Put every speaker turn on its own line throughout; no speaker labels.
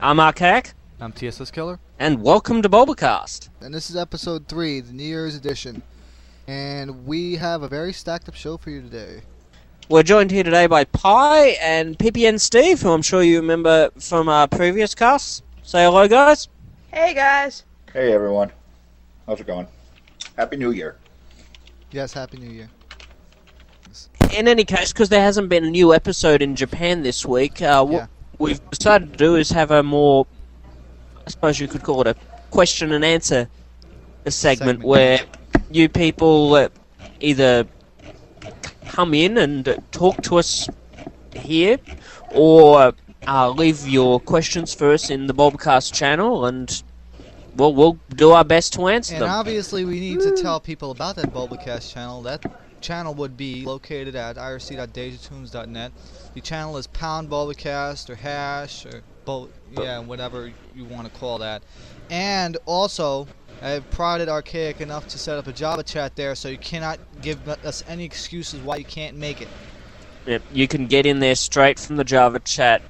I'm Archaic,
I'm TSS Killer.
and welcome to Bulbacast.
and this is episode three, the New Year's edition. And we have a very stacked up show for you today.
We're joined here today by Pi and PPN Steve, who I'm sure you remember from our previous casts. Say hello, guys.
Hey guys.
Hey everyone, how's it going? Happy New Year.
Yes, Happy New Year.
In any case, because there hasn't been a new episode in Japan this week, uh, what
Yeah.
we've decided to do is have a more, I suppose you could call it a question and answer segment,
Segment.
where you people uh, either come in and uh, talk to us here or uh, leave your questions for us in the Bobcast channel and we'll, we'll do our best to answer
And
them.
obviously, we need to tell people about that Bulbacast channel. That channel would be located at irc.dejatunes.net. The channel is pound Bulbacast or hash or Bul- yeah, whatever you want to call that. And also, I've prodded Archaic enough to set up a Java chat there, so you cannot give us any excuses why you can't make it.
Yep, you can get in there straight from the Java chat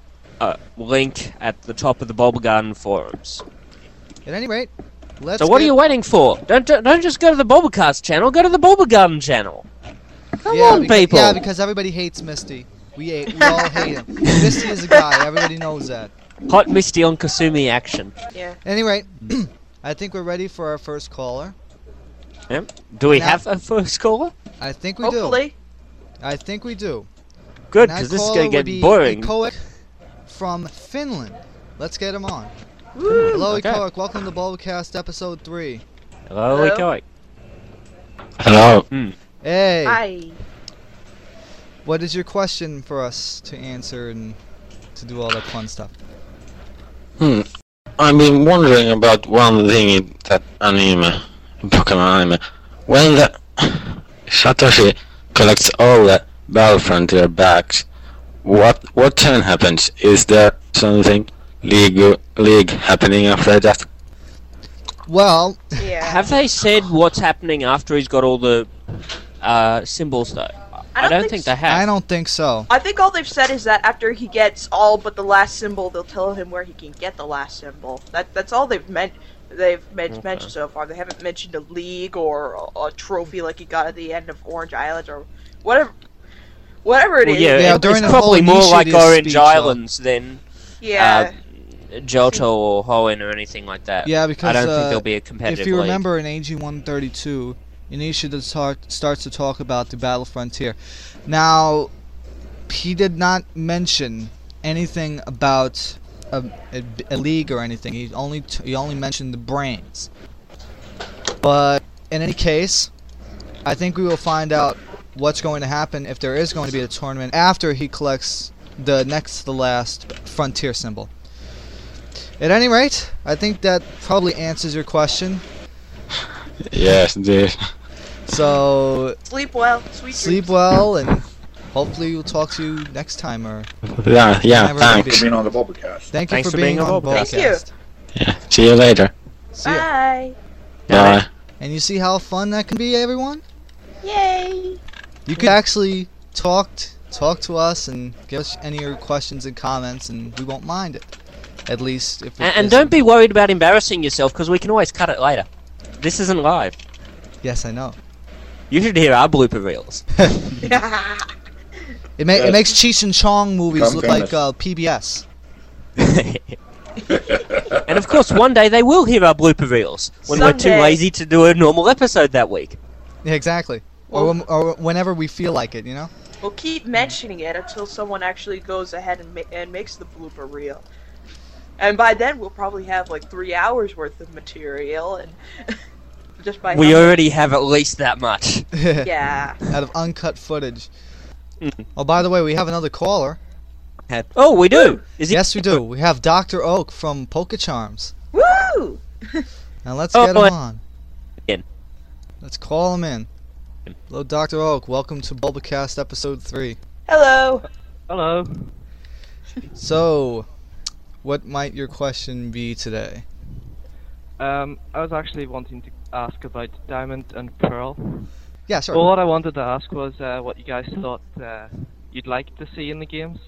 uh, link at the top of the Bulb Garden forums.
At any rate, let's.
so what
get-
are you waiting for? Don't don't don't just go to the Bulbacast channel. Go to the Bulb Garden channel. Come
yeah,
on,
beca-
people.
Yeah, because everybody hates Misty. We, hate, we all hate him. Misty is a guy. Everybody knows that.
Hot Misty on Kasumi action.
Yeah.
Anyway, I think we're ready for our first caller.
Do we
Now-
have a first caller?
I think we
Hopefully.
do. I think we do.
Good,
And
because
that
this is
caller
gonna
would
get
be
boring.
Ikoic from Finland. Let's get him on.
Woo.
Hello,
okay.
Ikoic. Welcome to Bulbcast episode three.
Hello,
Hello?
Ikoic.
Hello.
Hey,
Hi.
what is your question for us to answer and to do all that fun stuff?
Hmm. I've been wondering about one thing in that anime, in Pokemon anime. When the Satoshi collects all the Battle Frontier bags, what what then happens? Is there something league league happening after that?
Well,
Yeah.
Have they said what's happening after he's got all the uh, symbols though? I don't, think, they
so.
have.
I don't think so.
I think all they've said is that after he gets all but the last symbol, they'll tell him where he can get the last symbol. That that's all they've meant. They've men-
Okay.
mentioned so far. They haven't mentioned a league or a, a trophy like he got at the end of Orange Island or whatever. Whatever it
Well,
is.
yeah,
Yeah,
it-
during
it's
the whole
probably more
Nishida's
like Orange
speech, though.
Islands than
Yeah.
uh, Johto or Hoenn or anything like that.
Yeah, because
I don't
uh,
think there'll be a competitive
If you
league.
remember in AG 132, Initiative talk, starts to talk about the Battle Frontier. Now, he did not mention anything about a, a, a league or anything. He only t- he only mentioned the brains. But in any case, I think we will find out what's going to happen if there is going to be a tournament after he collects the next to the last frontier symbol. At any rate, I think that probably answers your question.
Yes, this.
So
sleep well. Sweet
sleep
dreams.
well, and hopefully we'll talk to you next time. Or
Yeah, yeah.
Never mind.
For
Thanks.
being on the Bulbacast.
thank you
Thanks
for,
for
being,
being
on
on Bulbcast.
podcast.
Thank you.
Yeah. See you later.
See ya.
Bye.
Bye.
Bye.
And you see how fun that can be, everyone.
Yay.
You could actually talk t- talk to us and give us any of your questions and comments, and we won't mind it. At least if
A- and, don't be worried about embarrassing yourself because we can always cut it later. This isn't live.
yes, I know.
You should hear our blooper reels.
It, ma-
Yeah.
it makes Cheech and Chong movies
Come
look
join
like
us.
uh, PBS.
and of course, one day they will hear our blooper reels when we're too
Someday.
lazy to do a normal episode that week.
Yeah, exactly. Or, when, or whenever we feel like it, you know.
We'll keep mentioning it until someone actually goes ahead and, ma- and makes the blooper reel. And by then, we'll probably have like three hours worth of material, and just by
We
how-
already have at least that much.
yeah,
Out of uncut footage.
Mhm.
Oh, by the way, we have another caller.
Oh, we do. Is it?
Yes, we do. We have Dr. Oak from Pokecharms.
woo!
Now let's
Oh,
get
boy.
him on.
In.
Let's call him in. Hello, Dr. Oak. Welcome to Bulbacast episode 3.
Hello.
Hello.
So, what might your question be today?
Um, I was actually wanting to ask about Diamond and Pearl.
Yeah, sure.
Well, what I wanted to ask was uh, what you guys thought uh, you'd like to see in the games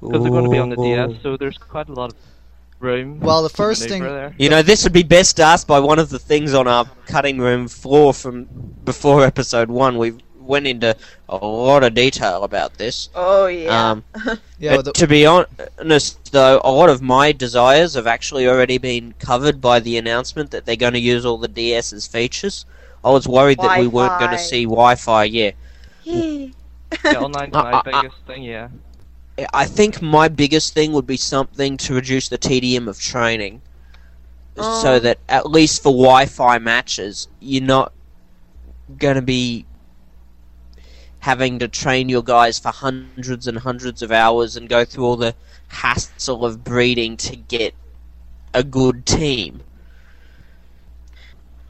because they're going to be on the DS, so there's quite a lot of room.
Well, the
to
first
maneuver
thing-
there.
You know, this would be best asked by one of the things on our cutting room floor from before episode one. We went into a lot of detail about this.
Oh yeah.
Um, but
Yeah, but the,
to be honest, though, a lot of my desires have actually already been covered by the announcement that they're going to use all the DS's features. I was worried that we weren't going to
Wi-Fi.
see Wi-Fi. Yeah,
Yeah, online
Uh, uh,
tonight,
uh.
biggest thing, yeah.
I think my biggest thing would be something to reduce the tedium of training, so
Um.
that at least for Wi-Fi matches, you're not going to be having to train your guys for hundreds and hundreds of hours and go through all the hassle of breeding to get a good team.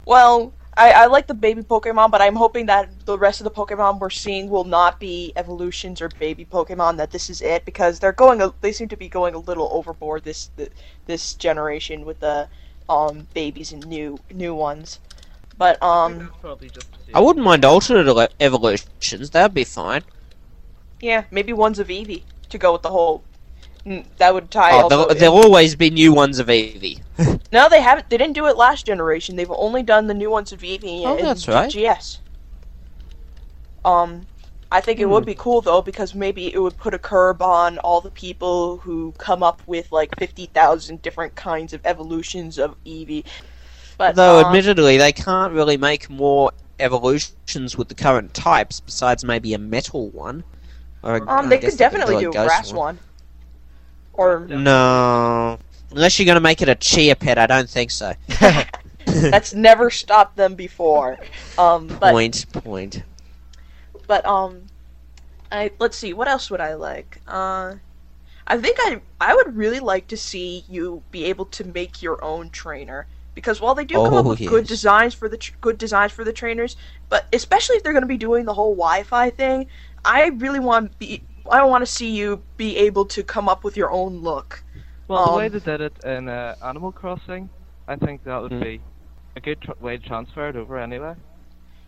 Well, I, I like the baby Pokemon, but I'm hoping that the rest of the Pokemon we're seeing will not be evolutions or baby Pokemon. That this is it because they're going. A, they seem to be going a little overboard this th- this generation with the um babies and new new ones. But um
I wouldn't mind alternate ele- evolutions; that'd be fine.
yeah, maybe one's of Eevee to go with the whole. mm, That would tie.
Oh,
also
there'll, there'll always be new ones of Eevee.
No, they haven't. They didn't do it last generation. They've only done the new ones of Eevee
Oh,
and
that's right.
GS. Um, I think it
Hmm.
would be cool though because maybe it would put a curb on all the people who come up with like fifty thousand different kinds of evolutions of Eevee. But
Though,
um,
admittedly, they can't really make more evolutions with the current types, besides maybe a metal one. Or a,
um,
I
they
guess
could definitely
do
do
a
a
ghost
grass one. Or
No. Unless you're going to make it a chia pet, I don't think so.
that's never stopped them before. Um, but
point, point.
But um, I let's see, what else would I like? Uh, I think I I would really like to see you be able to make your own trainer because while they do come up
Oh,
with good
yes.
designs for the tr- good designs for the trainers, but especially if they're going to be doing the whole Wi-Fi thing, I really want be I want to see you be able to come up with your own look.
Well, the way
Um,
they did it in uh, Animal Crossing, I think that would
Hmm.
be a good tr- way to transfer it over anyway.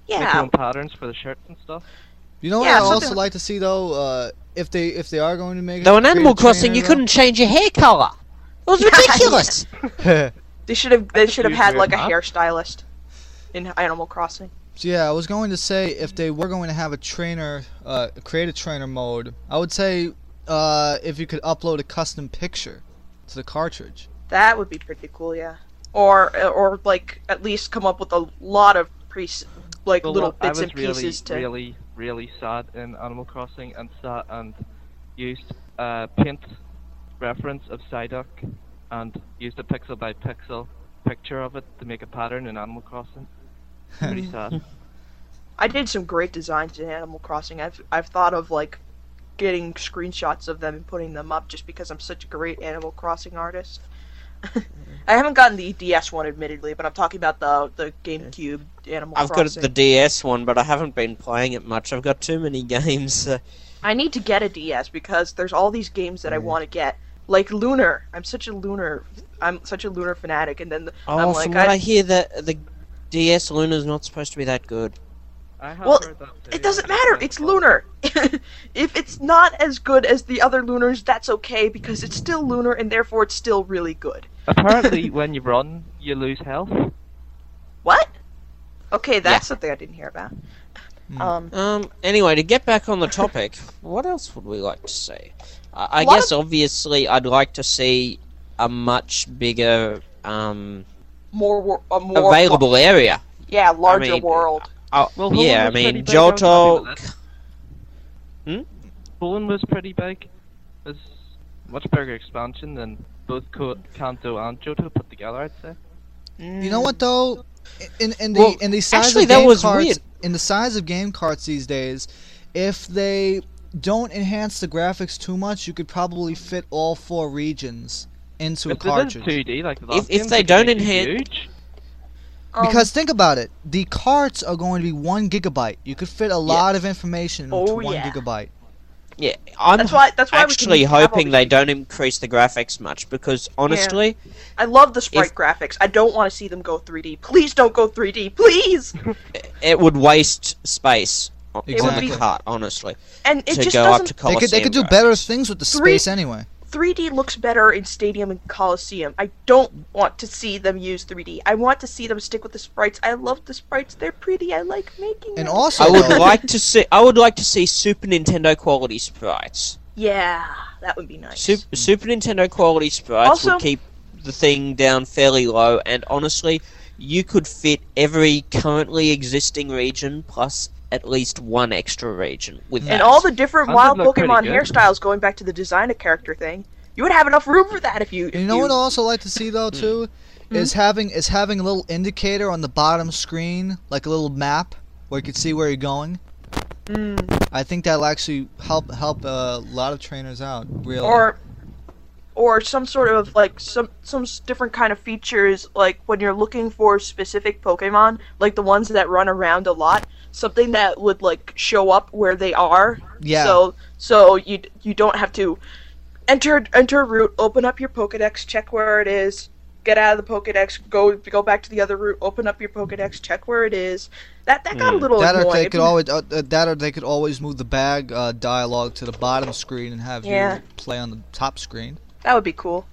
Make your
Yeah,
own patterns for the shirts and stuff.
you know what
yeah,
I'd also
something-
like to see though, uh, if they if they are going to make
Though
it
in Animal
create a trainer,
Crossing, you
though-
couldn't change your hair colour. It was ridiculous.
they should have they
That's a
should have
huge
had
weird
like a
map.
hairstylist in Animal Crossing.
So yeah, I was going to say if they were going to have a trainer, uh, create a trainer mode, I would say uh, if you could upload a custom picture to the cartridge.
That would be pretty cool, yeah. Or or like at least come up with a lot of pre like
Well,
little
look, I
bits
was
and
really,
pieces to.
really, really sad in Animal Crossing and sat and used a paint reference of Psyduck and used a pixel by pixel picture of it to make a pattern in Animal Crossing. Pretty sad.
I did some great designs in Animal Crossing. I've I've thought of like getting screenshots of them and putting them up just because I'm such a great Animal Crossing artist. I haven't gotten the DS one, admittedly, but I'm talking about the the GameCube Animal
I've got
Crossing.
the DS one, but I haven't been playing it much. I've got too many games. Uh,
I need to get a DS because there's all these games that I want to get, like Lunar. I'm such a Lunar, I'm such a Lunar fanatic, and then the,
oh,
I'm
from
like,
what I...
I,
hear, the, the DS Luna's not supposed to be that good.
I have
Well,
heard that too,
It doesn't
and I
matter.
think
It's
that-
lunar. if it's not as good as the other lunars, that's okay because it's still lunar and therefore it's still really good.
Apparently, when you run, you lose health.
What? Okay, that's something I didn't hear about.
Hmm.
Um,
Um. Anyway, to get back on the topic, what else would we like to see? I, I
A lot
guess obviously I'd like to see a much bigger um,
more, wor- a more
available area.
yeah, larger
mean,
world.
Oh,
Well, Hollow
yeah, I
was pretty
mean Hmm?
big, um, I was
Johto.
happy with Bone was pretty big. It's much bigger expansion than both Co- Kanto and Johto put together, I'd say.
Mm.
You know what though, in in the
Well,
in the size
actually,
of
that
game
was
carts,
weird.
in the size of game carts these days, if they don't enhance the graphics too much, you could probably fit all four regions into
If
a
they did
cartridge.
2D like the
If-
last
if
game,
they
could
don't
make it
enhan-
huge,
uh,
Um,
Because think about it, the carts are going to be one gigabyte. You could fit a lot of information into
Oh,
one
yeah.
gigabyte.
Yeah, I'm
Um, that's why that's why
actually
we can have all
hoping
these
they
people.
don't increase the graphics much because honestly,
I love the sprite
If-
graphics. I don't want to see them go 3D. Please don't go 3D, please.
it would waste space on,
It would
on
be-
the cart. Honestly,
And it
to
just
go up
doesn't.
to
They
Colosseum.
could they could do
graphics.
better things with the
Three-
space anyway.
3D looks better in Stadium and Coliseum. I don't want to see them use 3D. I want to see them stick with the sprites. I love the sprites. They're pretty. I like making
And
them.
also,
I would
though,
like to see. I would like to see Super Nintendo quality sprites.
Yeah, that would be nice.
Super, Super Nintendo quality sprites
Also-
would keep the thing down fairly low. And honestly, you could fit every currently existing region plus at least one extra region with
and
that.
all the different
Mine
wild
look pretty
Pokemon
good.
hairstyles going back to the design of character thing. You would have enough room for that if you. Mm. Mm-hmm.
You know
if
what I also like to see though too is having is having a little indicator on the bottom screen, like a little map where you can see where you're going.
Mm,
I think that'll actually help help a lot of trainers out. Really.
or, or some sort of like some some s- different kind of features like when you're looking for specific Pokemon, like the ones that run around a lot. Something that would like show up where they are.
yeah.
So so you you don't have to enter enter a route, open up your Pokedex, check where it is, get out of the Pokedex, go go back to the other route, open up your Pokedex, check where it is. That that got a little
that or
annoying.
they could always uh, uh, that or they could always move the bag uh, dialogue to the bottom screen and have
Yeah.
you play on the top screen.
That would be cool.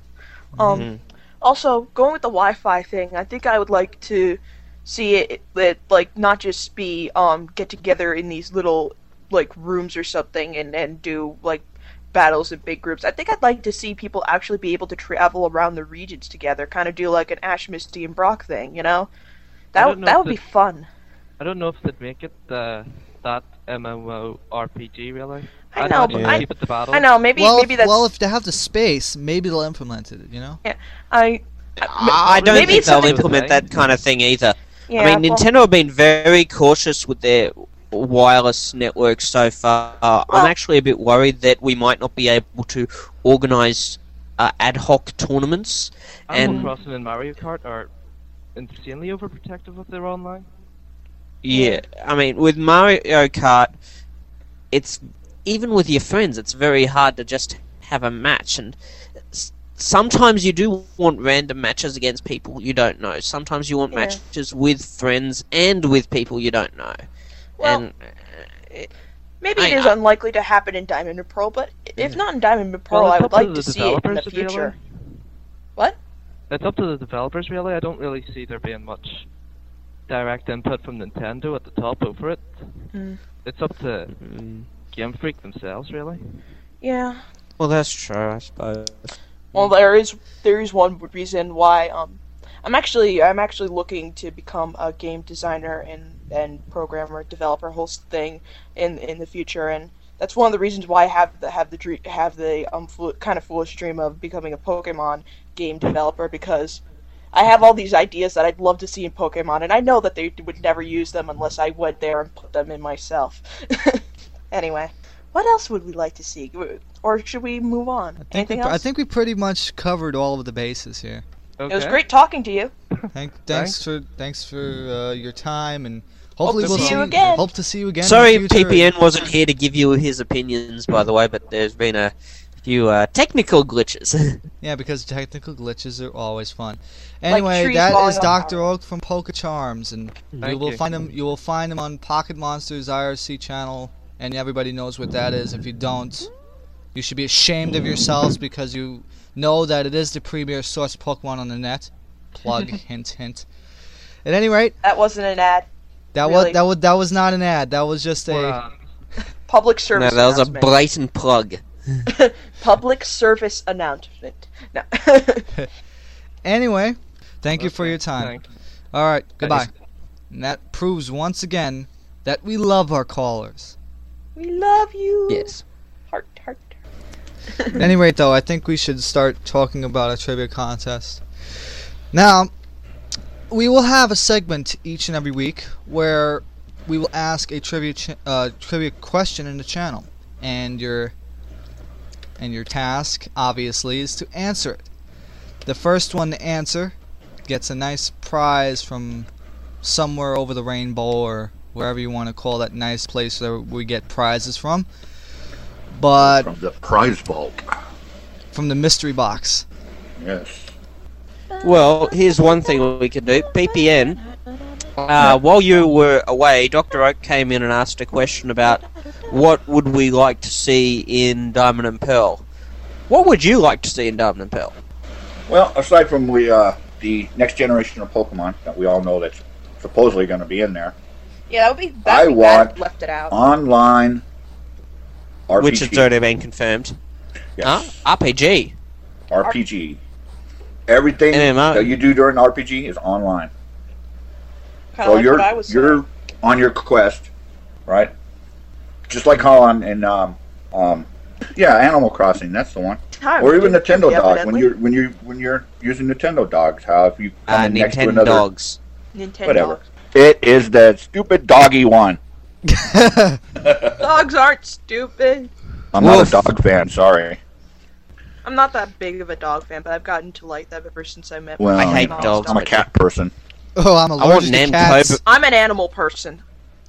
Mm-hmm.
Um, Also, going with the Wi-Fi thing, I think I would like to see it, it like not just be um, get together in these little like rooms or something and and do like battles in big groups. I think I'd like to see people actually be able to travel around the regions together, kind of do like an Ash, Misty, and Brock thing, you know? That
I
w-
don't know
that
if
would be
this-
fun.
I don't know if they'd make it the that MMORPG really.
I
I'd
know,
rather
but I-
keep it the battle.
I know, maybe
well,
maybe
if,
that's
well, if they have the space, maybe they'll implement it. You know.
I
I don't
Ah, Maybe
think
it's
they'll
something-
implement that kind of thing either.
yeah,
I mean,
well-
Nintendo have been very cautious with their wireless network so far.
Well-
I'm actually a bit worried that we might not be able to organise uh, ad hoc tournaments.
Oh,
Animal
and-
Crossing and Mario Kart are insanely overprotective of their online.
Yeah, I mean, with Mario Kart, it's even with your friends, it's very hard to just have a match. And s- sometimes you do want random matches against people you don't know. Sometimes you want
Yeah.
matches with friends and with people you don't know.
Well,
and
Maybe
I-
it is
I-
unlikely to happen in Diamond and Pearl, but if not in Diamond and Pearl,
Well,
I
it's
would
up
like
the
to see it in the
developers, really.
future. What?
It's up to the developers really. I don't really see there being much direct input from Nintendo at the top over it.
Mm.
It's up to
mm,
Game Freak themselves really.
Yeah.
well, that's true, I suppose.
Well, there is there is one reason why um I'm actually I'm actually looking to become a game designer and and programmer developer whole thing in in the future and that's one of the reasons why I have the have the dream, have the um fool, kind of foolish dream of becoming a Pokemon game developer because I have all these ideas that I'd love to see in Pokemon and I know that they would never use them unless I went there and put them in myself. anyway, what else would we like to see? Or should we move on?
I think, we,
Anything
pr-
else?
I think we pretty much covered all of the bases here.
Okay.
It was great talking to you.
Thank, thanks, for thanks for uh, your time and hopefully
to
we'll
see
see
you again.
Hope to see you again. in
Sorry,
the future.
PPN wasn't here to give you his opinions, by the way, but there's been a few uh, technical glitches.
Yeah, because technical glitches are always fun. Anyway,
trees
that
falling
is
on
Doctor
flowers.
Oak from Polka Charms, and you
Thank
will
you.
find him. You will find him on Pocket Monsters IRC channel, and everybody knows what that is. If you don't, you should be ashamed of yourselves because you know that it is the premier source of Pokemon on the net. Plug, hint, hint. At any rate,
That wasn't an ad.
that
Really?
was that was that was not an ad. That was just a.
Or, uh,
Public
no,
service.
that was a
announcement.
blatant plug.
public service announcement. No.
Anyway, thank you for
okay,
your time.
thanks.
All right, goodbye.
Thanks.
And that proves once again that we love our callers.
we love you.
Yes.
Heart, heart.
At any rate, though, I think we should start talking about a trivia contest. Now, we will have a segment each and every week where we will ask a trivia ch- uh, trivia question in the channel, and your and your task obviously is to answer it. The first one to answer gets a nice prize from somewhere over the rainbow or wherever you want to call that nice place where we get prizes from. But
From the prize vault.
from the mystery box.
Yes.
Well, here's one thing we could do. PPN, uh, while you were away, Dr. Oak came in and asked a question about what would we like to see in Diamond and Pearl. What would you like to see in Diamond and Pearl?
Well, aside from we, uh, the next generation of Pokemon that we all know that's supposedly going to be in there,
Yeah, that would be.
I
That would be bad if
want-
left it out.
online RPG.
Which has already been confirmed.
Yes,
Huh? RPG.
RPG. Everything
MMO.
that you do during RPG is online.
Kind
So
of like
you're
what I was.
you're
saying.
on your quest, right? Just like Holland and um, um, yeah, Animal Crossing. That's the one.
Time
Or even
did-
Nintendo Dog. When
evidently.
you're when you when you're using Nintendo Dogs, how if you come
Uh,
in next to
Nintendo
another
Dogs.
Nintendo.
whatever. It is the stupid doggy one.
Oh,
Dogs aren't stupid.
I'm
Woof.
not a dog fan. Sorry.
I'm not that big of a dog fan, but I've gotten to like them ever since I met.
Well,
my
I hate
mom's
dogs.
I'm a
dog.
cat person.
oh, I'm
I want
allergic to
Nam
cats.
Cobra.
I'm an animal person.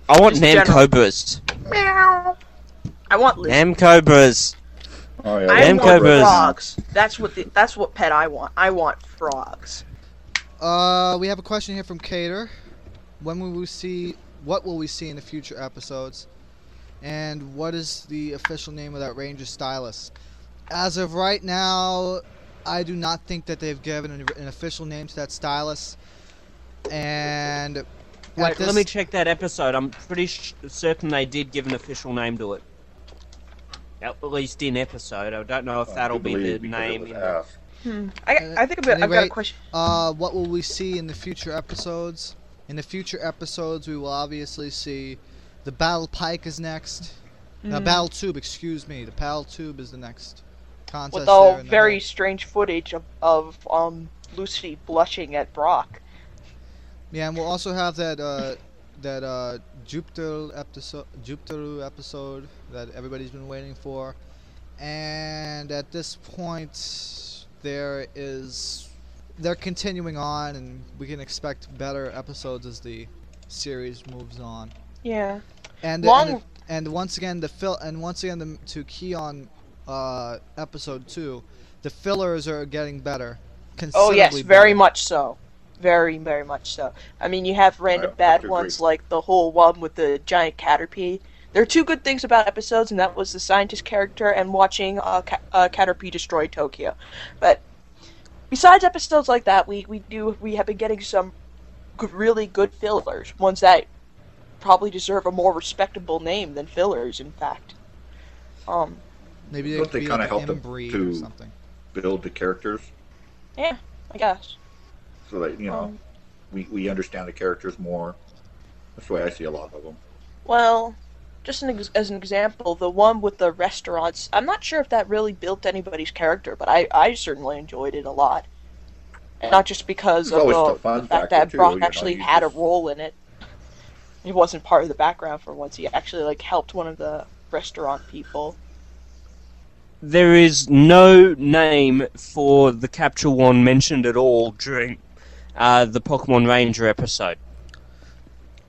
I want
Just
Nam
general.
Cobras.
I want lizards.
Nam Cobras.
Oh yeah.
I
Damn
want
cobras.
frogs. That's what the, that's what pet I want. I want frogs.
Uh, we have a question here from Cater. When will we see? What will we see in the future episodes? And what is the official name of that ranger stylus? As of right now, I do not think that they've given an, an official name to that stylus. And at
Wait,
this-
let me check that episode. I'm pretty sh- certain they did give an official name to it. At least in episode. I don't
Oh,
know if that'll be the name. in-
I,
Uh,
I think I've got, I've got
anyway-
a question.
Uh, what will we see in the future episodes? In the future episodes, we will obviously see the Battle Pike is next. No,
Mm.
Battle Tube, excuse me. The Battle Tube is the next contest.
With
there
all
in the
very
hall.
strange footage of, of um Lucy blushing at Brock.
Yeah, and we'll also have that uh, that uh, Jupiter episode, Jupiter episode that everybody's been waiting for. And at this point, there is they're continuing on, and we can expect better episodes as the series moves on.
Yeah.
And
Long-
and, and once again the fill and once again the, to key on uh, episode two, the fillers are getting better.
Oh yes,
considerably
very
better.
much so. Very very much so. I mean, you have random
I
bad
agree.
ones like the whole one with the giant caterpie. There are two good things about episodes, and that was the scientist character and watching uh, ca- uh, Caterpie destroy Tokyo. But besides episodes like that, we we do we have been getting some g- really good fillers, ones that probably deserve a more respectable name than fillers. In fact, um,
Maybe they
Don't
could
they
be
kinda
like
help them
inbreed or
to-
something.
Build the characters
yeah, I guess.
so that you know
Um,
we, we understand the characters more. That's the way I see a lot of them.
Well, just an ex- as an example, the one with the restaurants, I'm not sure if that really built anybody's character, but I, I certainly enjoyed it a lot. And not just because
There's
of
always
the,
the fun
the fact
factor,
that
too,
Brock
you know,
actually
you
had
just-
a role in it. He wasn't part of the background for once. He actually like helped one of the restaurant people.
There is no name for the Capture One mentioned at all during uh, the Pokemon Ranger episode.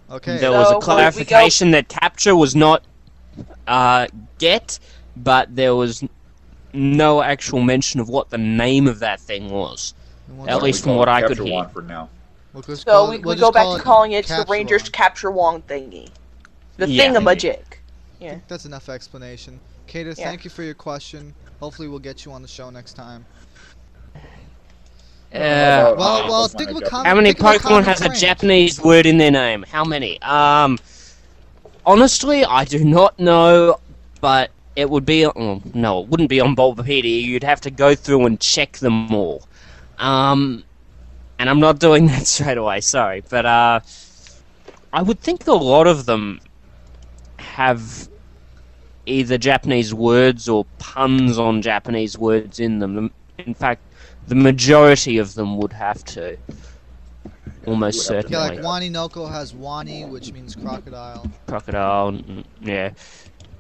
Okay.
There was a
So, we- we go-
clarification that capture was not uh, get, but there was no actual mention of what the name of that thing was.
We'll
At
just-
We
least from
call
what
it
I could
Capture
hear.
One for now.
we'll just
So
call
we,
it-
we
we'll
go
just
back
call
to
it
calling it the
Capsulon.
Rangers Capture Wong thingy. The
Yeah.
thingamajick.
I think That's enough explanation. Kater,
Yeah.
thank you for your question. Hopefully, we'll get you on the show next time.
Uh,
Oh,
Well,
oh,
well,
oh,
think of
my
a
God.
com-
how many
think of a
Pokemon
common
has a
trait.
Japanese word in their name? How many? Um, honestly, I do not know, but it would be oh, no, it wouldn't be on Bulbapedia. You'd have to go through and check them all. Um, and I'm not doing that straight away. Sorry, but uh, I would think a lot of them have either Japanese words or puns on Japanese words in them. In fact, the majority of them would have to. Almost
Would have to.
certainly.
Yeah, like Wani Noko has Wani, which means crocodile.
Crocodile, mm, yeah.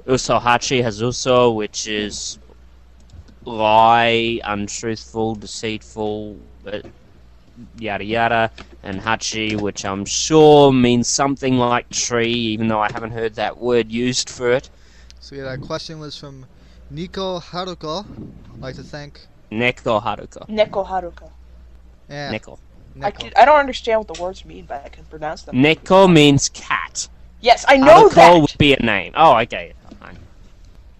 Usohachi has Uso, which is lie, untruthful, deceitful, uh, yada yada. And Hachi, which I'm sure means something like tree, even though I haven't heard that word used for it.
So yeah, that question was from Nico Haruko. I'd like to thank.
Neko Haruka.
Neko Haruka.
Yeah,
Neko.
Nico.
I, can, I don't understand what the words mean, but I can pronounce them.
Neko means cat.
Yes, I know
Haruko
that.
would be a name. Oh, okay. Fine.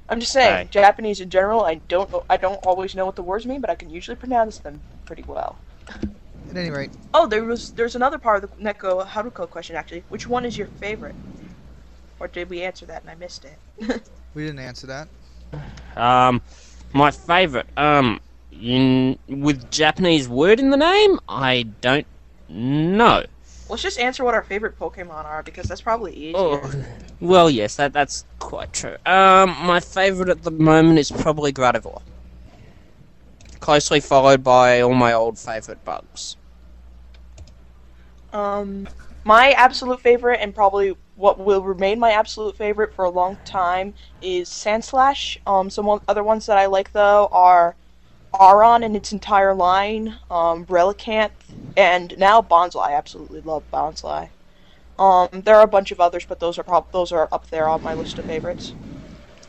I'm just saying,
Right.
Japanese in general, I don't know, I don't always know what the words mean, but I can usually pronounce them pretty well.
At any rate,
Oh, there was there's another part of the Neko Haruko question actually. Which one is your favorite? Or did we answer that and I missed it?
we didn't answer that.
Um, my favorite. Um, in, with Japanese word in the name, I don't know.
Let's just answer what our favorite Pokemon are because that's probably easier.
Oh, well, yes, that that's quite true. Um, my favorite at the moment is probably Gardevoir. Closely followed by all my old favorite bugs.
Um, my absolute favorite, and probably what will remain my absolute favorite for a long time, is Sandslash. Um, some o- other ones that I like though are Aron and its entire line, um, Relicanth, and now Bonsly. I absolutely love Bonsly. Um, there are a bunch of others, but those are prob- those are up there on my list of favorites.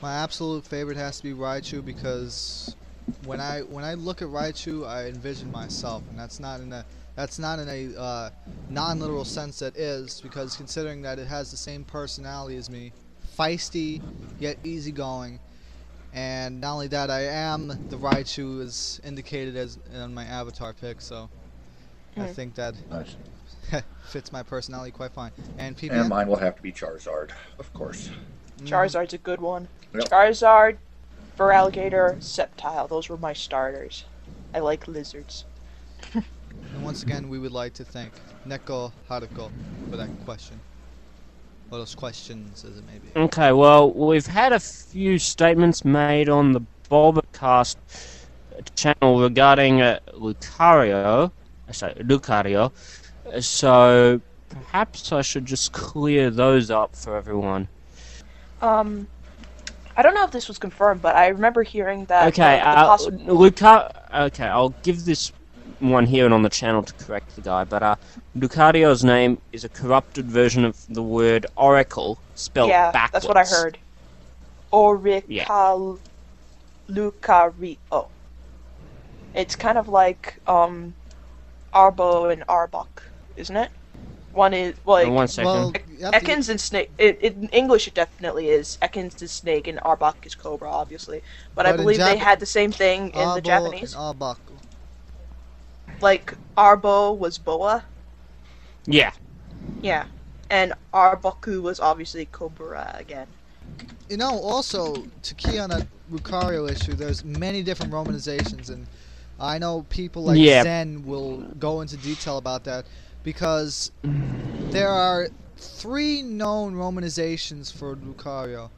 My absolute favorite has to be Raichu because when I when I look at Raichu, I envision myself, and that's not in a that's not in a uh, non-literal sense. That is because considering that it has the same personality as me, feisty yet easygoing, and not only that, I am the Raichu is indicated as on my avatar pic. So I
Hmm.
think that
Nice.
fits my personality quite fine. And PPN,
And mine will have to be Charizard, of course.
Mhm.
Charizard's a good one.
Yep.
Charizard, Feraligatr, Sceptile. Those were my starters. I like lizards.
And once again, we would like to thank Neko Haruko for that question. Or those questions, as it may be.
Okay, well, we've had a few statements made on the Bulbacast channel regarding uh, Lucario. uh, Sorry, Lucario. Uh, So perhaps I should just clear those up for everyone.
Um, I don't know if this was confirmed, but I remember hearing that.
Okay,
uh, the
uh,
possi-
Luca. Okay, I'll give this one here and on the channel to correct the guy. But uh, Lucario's name is a corrupted version of the word oracle spelled
yeah,
backwards.
that's what I heard. Orical Lucario. It's kind of like um, Arbo and Arbok, isn't it? One is like
Uh, one second.
Well, you have to-
Ekans and Snake. It, it, in English, it definitely is Ekans is Snake and Arbok is Cobra, obviously. But, I
But in
believe they
Jap-
had the same thing in the
Abo
Japanese.
and Abak.
Like Arbo was Boa,
yeah.
Yeah. And Arbaku was obviously Cobra again.
You know, also, to key on a Lucario issue, there's many different romanizations, and I know people like
Yeah.
Zen will go into detail about that because there are three known romanizations for Lucario.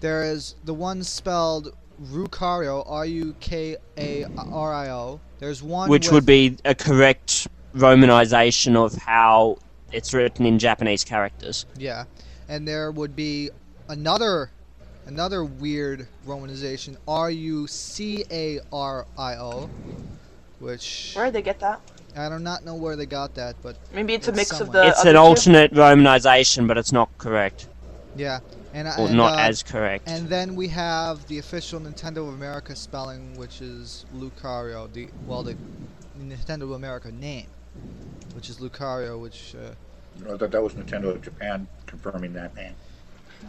There is the one spelled Rucario, R U K A R I O. There's one
which
with-
would be a correct romanization of how it's written in Japanese characters.
Yeah, and there would be another, another weird romanization, R U C A R I O, which
Where did they get that?
I do not know where they got that, but
Maybe it's a
It's
mix of
somewhere.
the.
it's
other
an
two?
alternate romanization, but it's not correct
yeah, and I-
or
and,
not
uh,
as correct.
And then we have the official Nintendo of America spelling, which is Lucario. The well, the Nintendo of America name, which is Lucario, which. Uh,
I thought that was Nintendo of Japan confirming that name.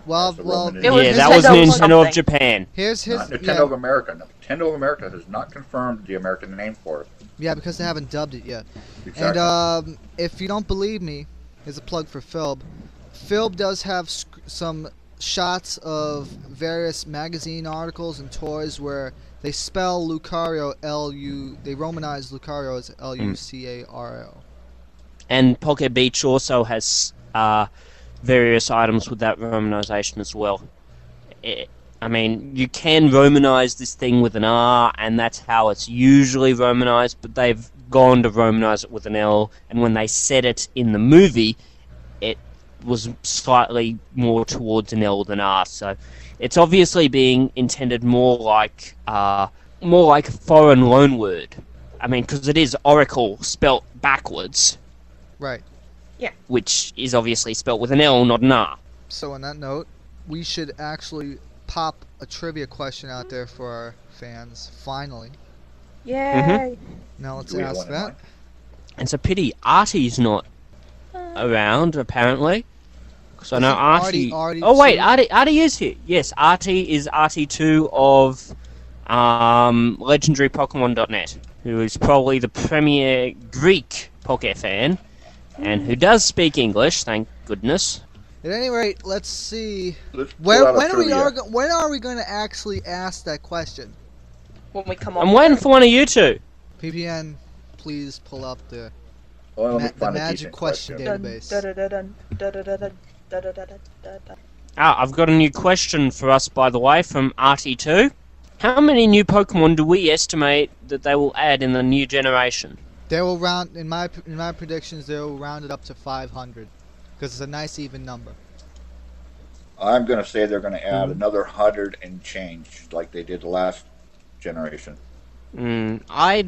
well,
That's the
well,
romanization.
It was
yeah, that was
Nintendo
Nintendo
something.
of Japan.
here's his.
Not Nintendo
yeah,
of America. Nintendo of America has not confirmed the American name for it.
yeah, because they haven't dubbed it yet.
Exactly.
And um, if you don't believe me, here's a plug for Philb. Philb does have sc- some shots of various magazine articles and toys where they spell Lucario L U. They romanize Lucario as L
Hmm.
U C A R O.
And Pocket Beach also has uh, various items with that romanization as well. I I mean, you can romanize this thing with an R, and that's how it's usually romanized, but they've gone to romanize it with an L, and when they said it in the movie, it was slightly more towards an L than R, so it's obviously being intended more like uh, more like a foreign loanword. I mean, because it is Oracle spelt backwards
Right.
which is obviously spelt with an L, not an R.
So on that note, we should actually pop a trivia question out there for our fans. Finally.
Yay!
Mm-hmm.
Now let's
Do we have
ask
one in
that.
mind?
It's a pity Artie's not around, apparently. Because I know
I
RT.
think RT
oh wait,
RT2.
RT, RT is here. Yes, RT is RT2 of um, legendarypokemon.net, who is probably the premier Greek Poké fan, and who does speak English. Thank goodness.
At any rate, let's see.
Let's pull
When,
out a
when are we
trivia.
are go- when are we going to actually ask that question?
when we come on.
I'm waiting for one of you two.
PPN, please pull up the
Well, let me
Ma- the
find a
magic
decent
question
Dun,
database.
da-da-da-dun, da-da-da-dun, da-da-da-da-da-da.
Ah, I've got a new question for us, by the way, from RT2. How many new Pokemon do we estimate that they will add in the new generation?
They will round in my in my predictions. They will round it up to 500 because it's a nice even number.
I'm going to say they're going to
Hmm.
add another 100 and change like they did the last generation.
Mm, I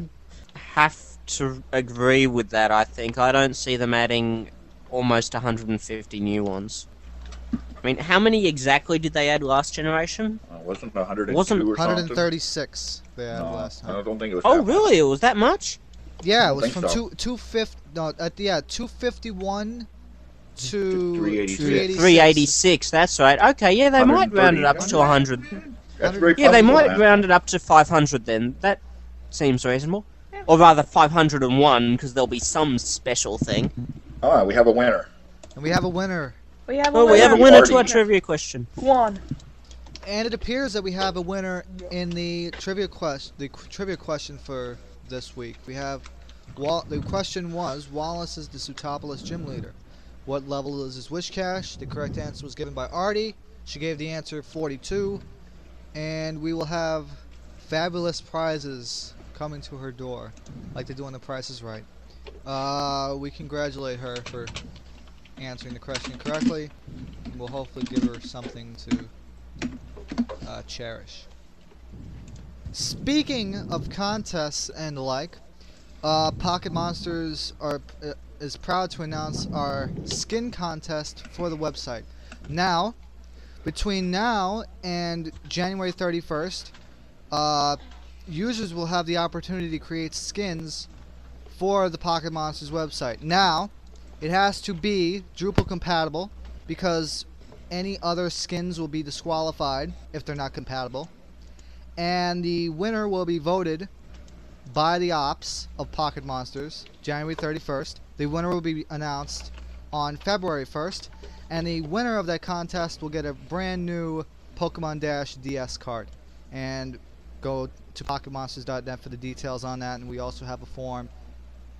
have to agree with that, I think. I don't see them adding almost 150 new ones. I mean, how many exactly did they add last generation?
Uh, wasn't it 102
Wasn't
or something?
136 they had
No,
last
I
time.
don't think it was
Oh,
that much.
really? It was that much?
Yeah, it
don't
was
think
from
so.
two two fifty no at the yeah 251 to
386.
386, that's right. Okay, yeah, they might round it up to 100.
That's very
Yeah, they
possible,
might
man.
round it up to 500 then. That seems reasonable. Or rather, 501, because there'll be some special thing.
Ah, we have a winner.
And we have a winner.
We have a
Oh, we have a
Already.
winner to our trivia question.
Go on.
And it appears that we have a winner in the trivia quest. The qu- trivia question for this week. We have, Wal- the question was Wallace is the Sutopolis gym leader. What level is his wish cache? The correct answer was given by Artie. She gave the answer 42, and we will have fabulous prizes coming to her door, like they do on The Price Is Right. Uh, we congratulate her for answering the question correctly. and We'll hopefully give her something to uh, cherish. Speaking of contests and the like, uh, Pocket Monsters are uh, is proud to announce our skin contest for the website. Now, between now and January 31st, uh, users will have the opportunity to create skins for the Pocket Monsters website. Now, it has to be Drupal compatible because any other skins will be disqualified if they're not compatible. And the winner will be voted by the ops of Pocket Monsters January 31st. The winner will be announced on February 1st. And the winner of that contest will get a brand new Pokemon Dash DS card. And go to pocketmonsters.net for the details on that. And we also have a form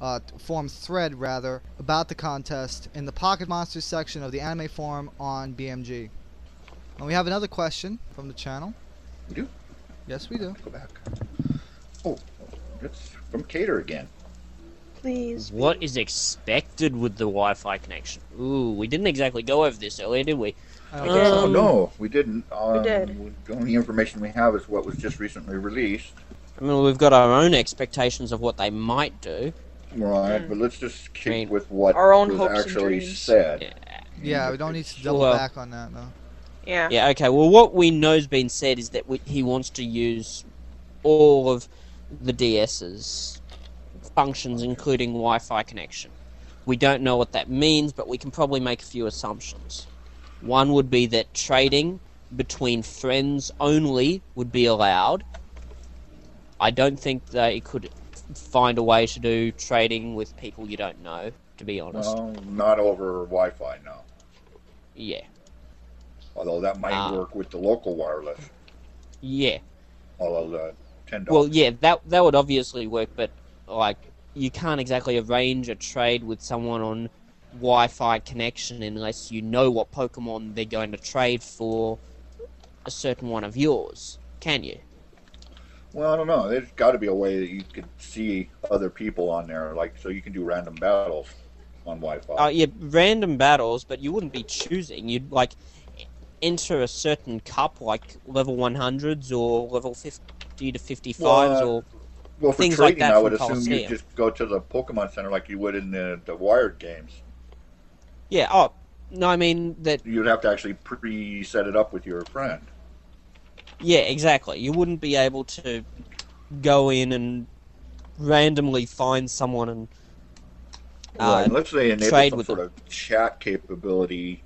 uh, th- forum thread rather about the contest in the Pocket Monsters section of the anime forum on BMG. And we have another question from the channel.
We do?
Yes, we do.
Go back. Oh, it's from Cater again.
Please.
What is expected with the Wi Fi connection? Ooh, we didn't exactly go over this earlier, did we?
I
We
don't-
did.
oh,
Um,
no, we didn't. Um,
did.
The only information we have is what was just recently released.
I mean, we've got our own expectations of what they might do.
Right,
Mm.
but let's just keep
Right.
with what
Our own
was
hopes and
actually
dreams.
said.
Yeah.
yeah, we don't need to double
uh,
Well-
back on that though.
Yeah.
Yeah, okay. Well, what we know's been said is that we, he wants to use all of the DS's functions, including Wi-Fi connection. We don't know what that means, but we can probably make a few assumptions. One would be that trading between friends only would be allowed. I don't think they could find a way to do trading with people you don't know. To be honest,
Well, not over Wi-Fi now,
yeah,
although that might
Ah.
work with the local wireless.
yeah.
Although the ten
Well,
dollars.
yeah, that that would obviously work, but like you can't exactly arrange a trade with someone on Wi-Fi connection unless you know what Pokemon they're going to trade for a certain one of yours, can you?
Well, I don't know. There's got to be a way that you could see other people on there, like so you can do random battles on Wi-Fi.
Uh, yeah, random battles, but you wouldn't be choosing. You'd like enter a certain cup, like level 100s or level 50 to 55s,
Well,
or
well, for
things like
trading,
that
I
from
would assume you
Coliseum.
just go to the Pokemon Center like you would in the, the wired games.
yeah. Oh no, I mean that
You'd have to actually pre-set it up with your friend.
Yeah, exactly. You wouldn't be able to go in and randomly find someone and uh,
Right, let's say enable
trade
some
Uh, with
sort of chat capability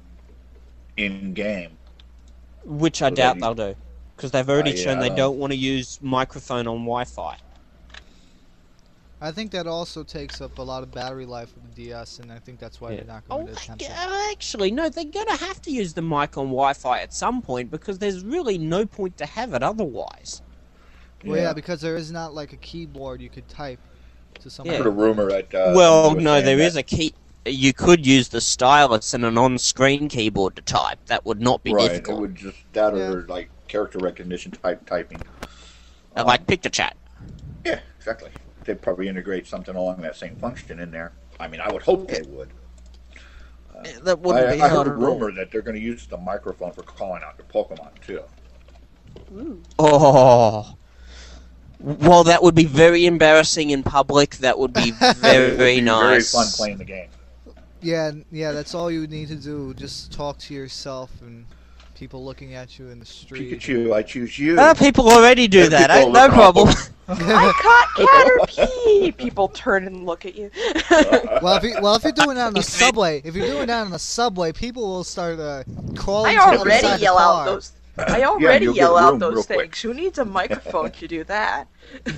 in game.
which I
Well,
doubt
they-
they'll do, because they've already
I,
shown they
uh,
don't want to use microphone on Wi-Fi.
I think that also takes up a lot of battery life of the DS, and I think that's why
Yeah.
they're not
Oh,
going to attempt that.
I- actually, no, they're gonna have to use the mic on Wi-Fi at some point because there's really no point to have it otherwise.
Uh,
Well, yeah. because there is not like a keyboard you could type to
I
somebody.
heard a rumor that. Uh,
well,
he was
no,
saying
there
that-
is a key. You could use the stylus and an on-screen keyboard to type. That would not be
right. It
difficult.
would just that or like character recognition type typing.
Uh, Like picture chat.
Yeah, exactly. They'd probably integrate something along that same function in there. I mean, I would hope they would.
Uh, That wouldn't
I,
be
I
hard
heard
at
a
all.
rumor that they're going to use the microphone for calling out the Pokemon too.
Oh. Well, that would be very embarrassing in public. That would be
It
very,
would be
nice.
Very fun playing the game.
Yeah, n- yeah, that's all you need to do. Just talk to yourself and people looking at you in the street.
Pikachu, I choose you.
Ah, people already do
Yeah,
that.
people
eh? no
look awful.
problem.
I caught Caterpie! People turn and look at you.
Uh,
well, if you, well, if you're doing that on the
Is it-
subway, if you're doing that on the subway, people will start uh, crawling.
I
to the
already
side of the
yell out
car.
those. I already
you'll get
yell
a
out
room real
those things.
quick.
Who needs a microphone to do that?
Uh,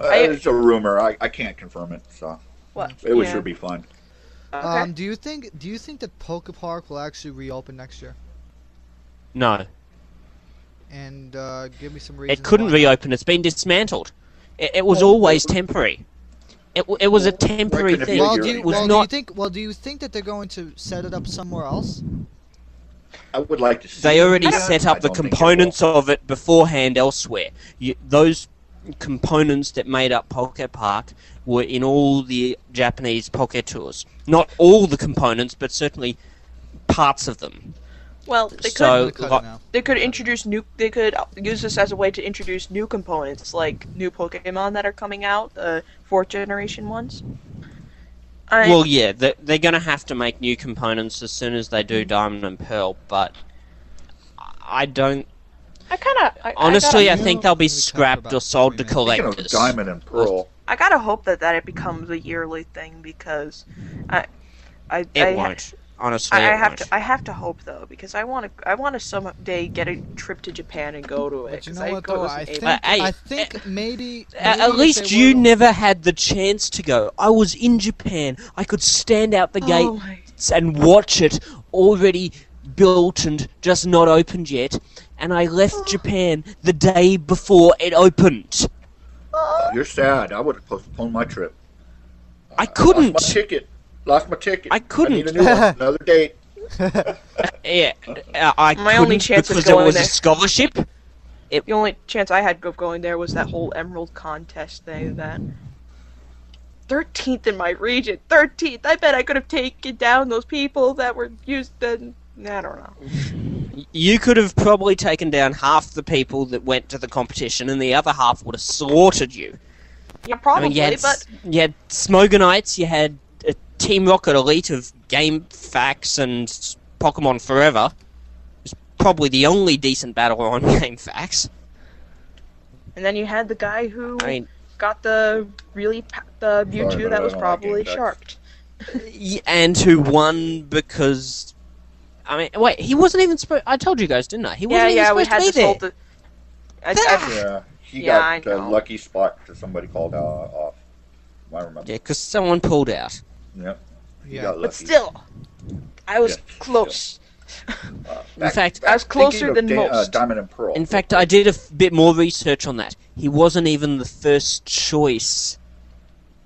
it's a rumor. I, I can't confirm it, so
What?
it would
Yeah.
sure be fun.
Okay.
Um, do you think do you think that Poke Park will actually reopen next year?
No,
And uh, give me some reasons.
it couldn't
why.
reopen. It's been dismantled. It, it was
Well,
always
it-
temporary. It, w- it was a
Well,
temporary
reckon if
thing.
you-
Well,
you're
do
It
you,
right.
was
well, do you
not.
think well do you think that they're going to set it up somewhere else?
I would like to. See
They already
it.
set
I
up the
don't think it
components
will.
of it beforehand elsewhere. You, those components that made up Poké Park were in all the Japanese Poké tours. Not all the components, but certainly parts of them.
well, they could
so-
They're gonna cut it
like-
now.
they could introduce new. They could use this as a way to introduce new components, like new Pokemon that are coming out, the fourth generation ones. I,
Well, yeah, they're, they're going to have to make new components as soon as they do Diamond and Pearl, but I don't.
I kind of
Honestly, I
I, gotta-
think they'll be
Maybe talk
scrapped
about
or sold to
streaming. Speaking
Speaking of
collectors.
Diamond and Pearl,
I gotta hope that that it becomes a yearly thing because I, I,
It
I,
won't. Honestly,
I, I
it
have
won't.
to. I have to hope though, because I want to. I want to someday get a trip to Japan and go to it.
But you
'cause
know
I
what
go
though?
wasn't
I
able-
think
Hey,
I think maybe,
A-
maybe
at
if
least
they
you
will-
never had the chance to go. I was in Japan. I could stand out the
Oh
gate
my-
gates and watch it already built and just not opened yet. And I
Oh.
left Japan the day before it opened.
you're sad. I would have postponed my trip.
I
Lost my
couldn't.
ticket. Lost my ticket.
I couldn't.
I need a new one. Another date.
Yeah, uh, I
My
couldn't
only chance of
because
going
it was
there-
a scholarship.
The only chance I had of going there was that whole Emerald contest thing. That thirteenth in my region, thirteenth. I bet I could have taken down those people that were used. Then I don't know.
You could have probably taken down half the people that went to the competition, and the other half would have slaughtered you.
Yeah, probably,
I mean, you had,
but
you had Smogonites, you had a Team Rocket Elite of Game Facts and Pokemon Forever. It was probably the only decent battle on Game Facts.
and then you had the guy who
I mean,
got the really pa- the Mewtwo
but I
that
don't like
was
Game
probably
Facts.
sharped.
y- and who won because. I mean, wait, he wasn't even supposed. I told you guys, didn't I? He
Yeah,
wasn't even
yeah, we
supposed
had
to be
this
there.
whole. di- I, I,
Yeah, he
Yeah, I
got the
know.
lucky spot because somebody called uh, off. I remember.
Yeah, because someone pulled out.
Yep. He
Yeah.
got lucky.
but still, I was
Yeah,
close.
In fact,
I was closer
uh, thinking of Da-
than
Uh,
most.
Diamond and Pearl.
In fact, I did a f- bit more research on that. He wasn't even the first choice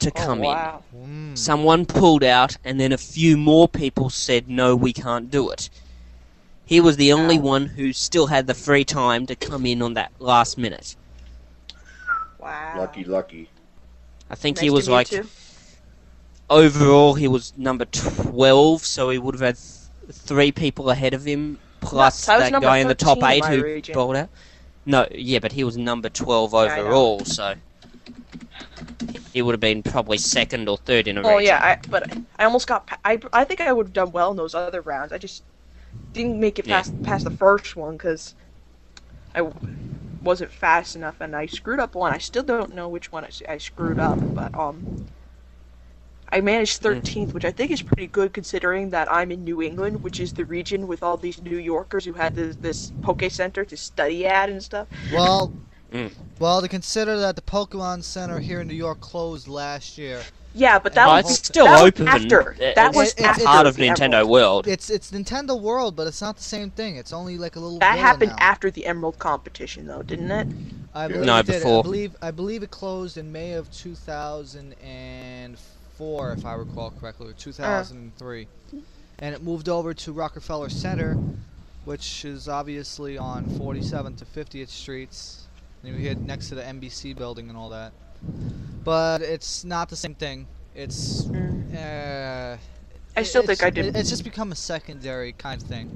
to come in.
oh, wow.
Mm.
Someone pulled out, and then a few more people said, No, we can't do it. He was the only one who still had the free time to come in on that last minute.
Wow.
lucky, lucky.
I think
Nice
he
to
was
meet
like,
you.
overall, he was number 12, so he would have had th- three people ahead of him, plus
No, I was
that
number
guy in the top
13 in
eight
my
who
region.
bowled out. No, yeah, but he was number 12
I know.
overall, so he would have been probably second or third in a
Oh
region.
yeah, I, but I almost got. Pa- I I think I would have done well in those other rounds. I just didn't make it
Yeah.
past past the first one because I w- wasn't fast enough, and I screwed up one. I still don't know which one I, s- I screwed up, but um, I
Hmm.
managed 13th, which I think is pretty good considering that I'm in New England, which is the region with all these New Yorkers who had this, this Poke Center to study at and stuff.
Well,
Mm.
well, to consider that the Pokemon Center here in New York closed last year,
Yeah, but that
Oh,
Uh,
was
it's
whole-
still
that was
open.
after.
It-
That
it's
was after
part of
the
Nintendo
Emerald.
World.
it's it's Nintendo World, but it's not the same thing. It's only like a little.
That
villa
happened
now.
after the Emerald competition, though, didn't it?
I
Yeah.
believe
No,
it did. I
before.
believe I believe it closed in May of 2004, if I recall
Oh.
correctly, or 2003, and it moved over to Rockefeller Center, which is obviously on 47th to 50th Streets, and you hit next to the NBC building and all that. But it's not the same thing. It's
Mm.
uh,
I still
it's-
think I did-
It's just become a secondary kind of thing.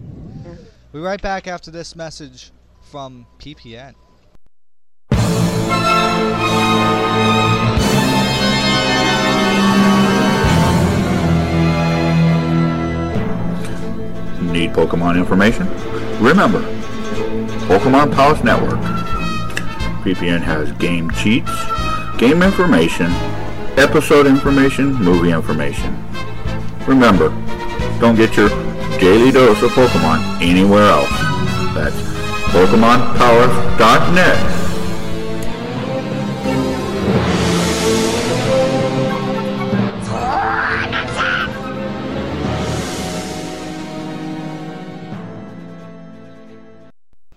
Mm.
We're right back after this message from PPN.
Need Pokemon information? Remember, Pokemon Palace Network. PPN has game cheats, game information, episode information, movie information. Remember, don't get your daily dose of Pokemon anywhere else. That's PokemonPalace.net.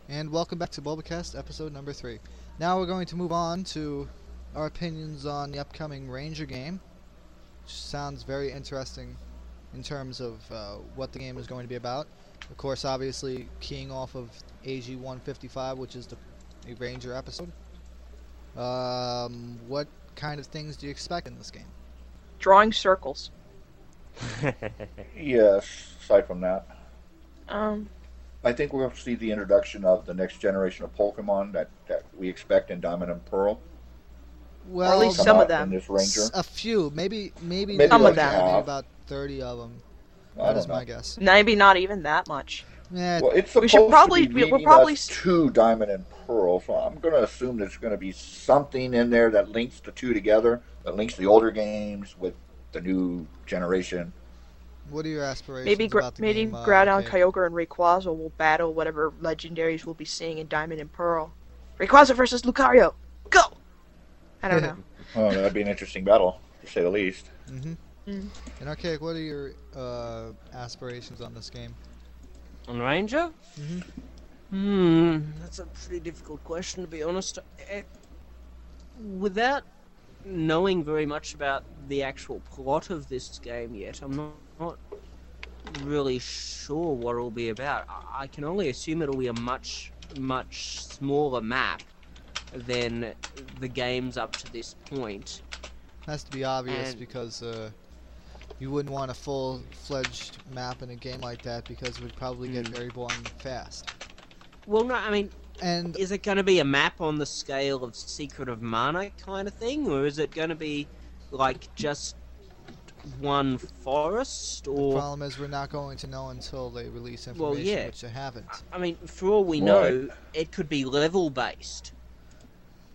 And welcome back to Bulbacast episode number three. Now we're going to move on to our opinions on the upcoming Ranger game, which sounds very interesting in terms of uh, what the game is going to be about. Of course, obviously keying off of AG 155, which is the a Ranger episode. Um, what kind of things do you expect in this game?
Drawing circles.
Yes, aside from that.
Um,
I think we'll see the introduction of the next generation of Pokemon that, that we expect in Diamond and Pearl.
Well,
least
Come
some of
out in
them.
This Ranger.
s- a few, maybe, maybe,
Maybe
there's
Some of
gonna
them.
be about 30 of them.
I
That
don't
is
know.
my guess.
maybe not even that much.
Yeah,
Well, it's
We
supposed
should
to
probably-
be
we- we'll
leading
probably
us
s-
to Diamond and Pearl, so I'm going to assume there's going to be something in there that links the two together, that links the older games with the new generation.
what are your aspirations
Maybe gra-
about the
maybe
game? uh,
Groudon,
Jake?
Kyogre, and Rayquaza will battle whatever legendaries we'll be seeing in Diamond and Pearl. Rayquaza versus Lucario. Go. I don't know.
Oh, that'd be an interesting battle, to say the least.
Mm-hmm.
Mm.
And Archaic, what are your uh, aspirations on this game?
On Ranger?
Mhm.
Hmm, that's a pretty difficult question to be honest. Eh, Without knowing very much about the actual plot of this game yet, I'm not, not really sure what it'll be about. I, I can only assume it'll be a much, much smaller map than the games up to this point.
Has to be obvious
And-
because uh, you wouldn't want a full-fledged map in a game like that because it would probably get
Mm.
very boring fast.
Well, no, I mean,
And
is it going to be a map on the scale of Secret of Mana kind of thing, or is it going to be like just one forest?
the
Or
problem is we're not going to know until they release information,
Well, yeah.
which they haven't.
I mean, for all we know, it could be level based.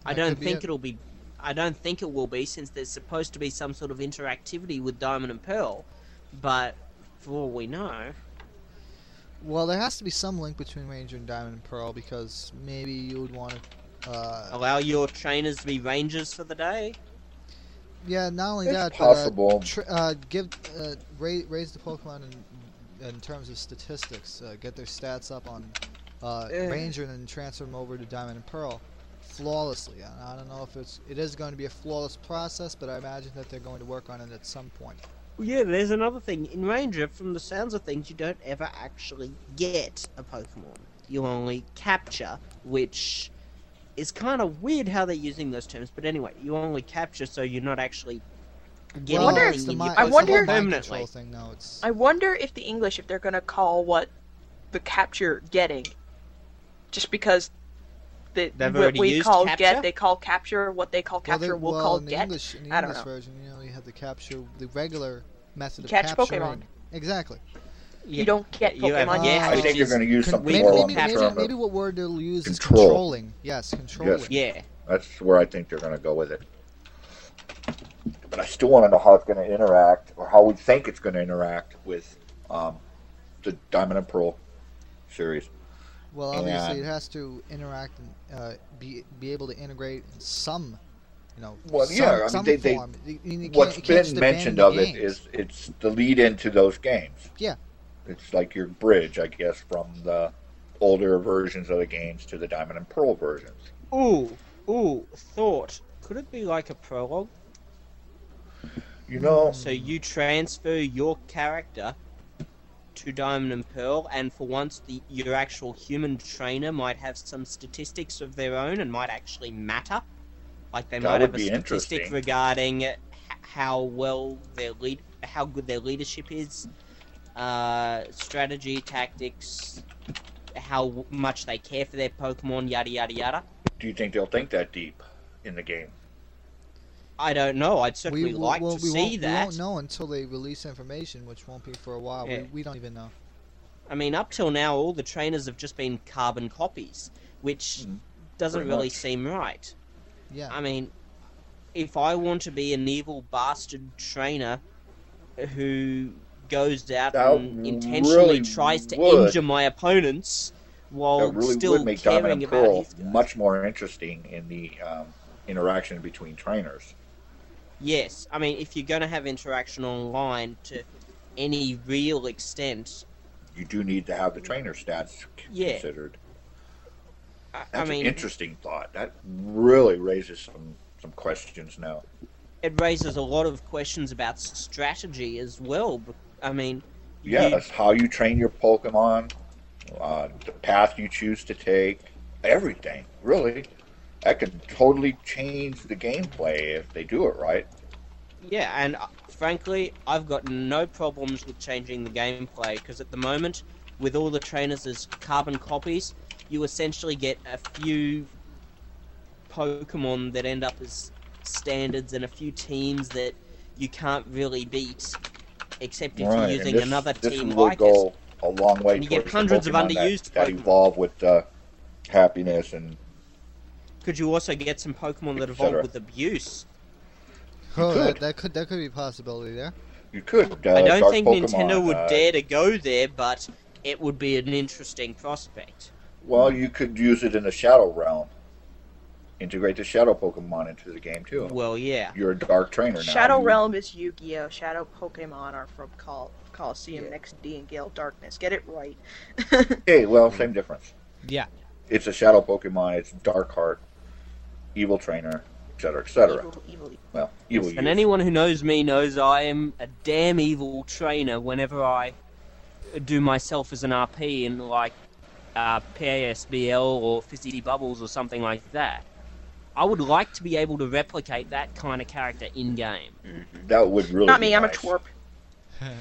I
That
don't
could be
think
it.
it'll be. I don't think it will be, since there's supposed to be some sort of interactivity with Diamond and Pearl. But for all we know,
Well, there has to be some link between Ranger and Diamond and Pearl because maybe you would want to. Uh,
allow your trainers to be rangers for the day.
yeah, not only
It's
that, but uh,
possible.
tr- uh, give uh, raise, raise the Pokemon in, in terms of statistics. Uh, get their stats up on uh,
Eh.
Ranger and then transfer them over to Diamond and Pearl flawlessly. I, I don't know if it's it is going to be a flawless process, but I imagine that they're going to work on it at some point.
Well, yeah, there's another thing. In Ranger, from the sounds of things, you don't ever actually get a Pokemon. You only capture, which is kind of weird how they're using those terms. But anyway, you only capture, so you're not actually getting
wonder
anything
if
in
mi-
your
it's the whole
wonder-
Pokemon
mind control
permanently.
thing. No, it's
I wonder if the English, if they're gonna call what the capture getting, just because the,
They've
what
already
we
used
call
capture?
get, they call capture. What they call
Well, they-
capture, we'll
well,
call
in the
get.
English, in the
I don't
English
know.
version, you know, you have to capture the regular method of
Catch Pokemon.
capturing. Exactly.
Yeah.
You don't get
You have
Pokemon.
get,
yet.
I
I
Which
think you're
is-
going to use
Con-
something
maybe,
more
maybe,
along the
maybe,
term.
maybe
of-
what word they'll use is
Control.
controlling. Yes, controlling.
Yeah.
That's where I think they're going to go with it. but I still want to know how it's going to interact or how we think it's going to interact with um, the Diamond and Pearl series.
Well,
And-
obviously, it has to interact and uh, be be able to integrate in some, you know,
Well,
some,
yeah, I mean,
some
they- they-
form. You- you can't-
What's
you can't just
been mentioned of
abandon
it
the games.
is it's the lead into those games.
Yeah.
It's like your bridge, I guess, from the older versions of the games to the Diamond and Pearl versions.
Ooh, ooh, thought. Could it be like a prologue?
You know,
Mm-hmm. So you transfer your character to Diamond and Pearl, and for once, the, your actual human trainer might have some statistics of their own and might actually matter. Like they
That
might
would
have a
be
statistic
interesting.
regarding h- how well their lead, how good their leadership is, uh, strategy, tactics, how w- much they care for their Pokemon, yada yada yada.
do you think they'll think that deep in the game?
I don't know. I'd
we,
certainly
will-
like
well,
to
we
see
won't, We
that.
won't know until they release information, which won't be for a while.
Yeah.
We, we don't even know.
I mean, up till now, all the trainers have just been carbon copies, which doesn't
Hmm. pretty
really
much.
seem right.
Yeah.
I mean, if I want to be an evil bastard trainer who goes out
That
and intentionally
really
tries to
would-
injure my opponents while
that really
still
would make
caring
Diamond and
about
Pearl
his guys.
much more interesting in the um, interaction between trainers.
Yes, I mean, if you're going to have interaction online to any real extent,
You do need to have the trainer stats c-
Yeah.
considered.
I, I
That's
mean,
an interesting thought. That really raises some, some questions now.
it raises a lot of questions about strategy as well. bec- I mean, you-
Yes, how you train your Pokemon, uh, the path you choose to take, everything, really. That could totally change the gameplay if they do it right.
yeah, and uh, frankly, I've got no problems with changing the gameplay because at the moment, with all the trainers as carbon copies, you essentially get a few Pokemon that end up as standards and a few teams that you can't really beat, except if
right.
you're using
and this,
another
this
team
will
like it.
go a long way
And you get
towards the
hundreds of
Pokemon that-
underused
that,
Pokemon.
evolve with uh, happiness and
Could you also get some Pokemon that
Et
evolve
cetera.
with abuse?
oh,
could.
That, that could that could be a possibility there.
You could. Uh,
I don't
Dark
think
Pokemon,
Nintendo would
uh,
dare to go there, but it would be an interesting prospect.
Well, you could use it in the Shadow Realm. Integrate the Shadow Pokemon into the game too.
Well, yeah.
You're a Dark Trainer now.
Shadow
You-
Realm is Yu-Gi-Oh. Shadow Pokemon are from Col- Coliseum
Yeah.
next D and Gale Darkness. Get it right.
Hey, well, same difference.
Yeah.
It's a Shadow Pokemon. It's Dark Heart, Evil Trainer, etc., etc.
evil, evil.
Well, Evil.
And
use.
anyone who knows me knows I am a damn evil trainer whenever I do myself as an RP in like uh, PASBL or Fizzy Bubbles or something like that. I would like to be able to replicate that kind of character in game.
that would really.
Not
be
me. I'm a
nice.
twerp.
I'm, a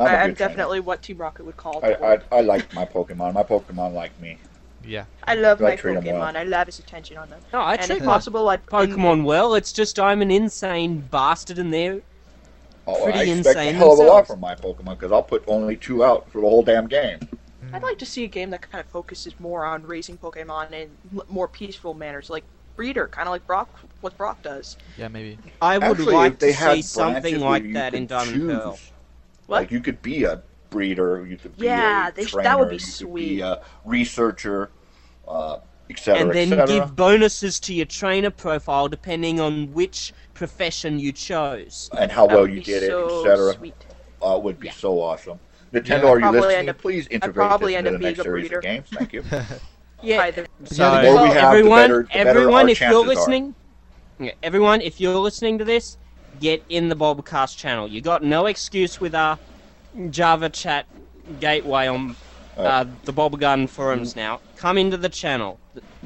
I, I'm
good trainer.
definitely what Team Rocket would call.
I,
a twerp.
I, I like my Pokemon. My Pokemon like me.
Yeah.
I love
I
my
treat 'em well.
Pokemon. I lavish attention on them.
No, I
and
treat
if
my
possible, I'd
Pokemon well. It's just I'm an insane bastard, and they're
Oh, I
Pretty
expect a
insane
hell of a
themselves.
lot from my Pokemon because I'll put only two out for the whole damn game.
I'd like to see a game that kind of focuses more on raising Pokemon in l- more peaceful manners, like Breeder, kind of like Brock, what Brock does.
Yeah, maybe.
I would
Actually,
like
if they
to
had
see something
branches where
like
you
that in
could
Diamond and
choose,
Pearl.
What?
Like you could be a breeder, you could be
Yeah,
a
they sh-
trainer,
that would be
you could
sweet.
be a researcher, uh, et cetera,
and
et
then
cetera.
give bonuses to your trainer profile depending on which profession you chose.
and how
That
well
would
you
be
did it,
so
etc.
Sweet.
Uh, would be
Yeah.
so awesome. Nintendo,
Yeah.
are you
Probably
listening?
end up-
Please integrate
probably
this
end
into
up
the next
being a
series
breeder.
of games. Thank you.
By
Yeah.
the
So
The
more we have, the
everyone,
better- the better
everyone,
our
if you're
chances are.
listening, yeah, everyone, if you're listening to this, get in the Bulbacast channel. You got no excuse with our Java chat gateway on uh,
Uh,
the Bulbagun forums now. Come into the channel.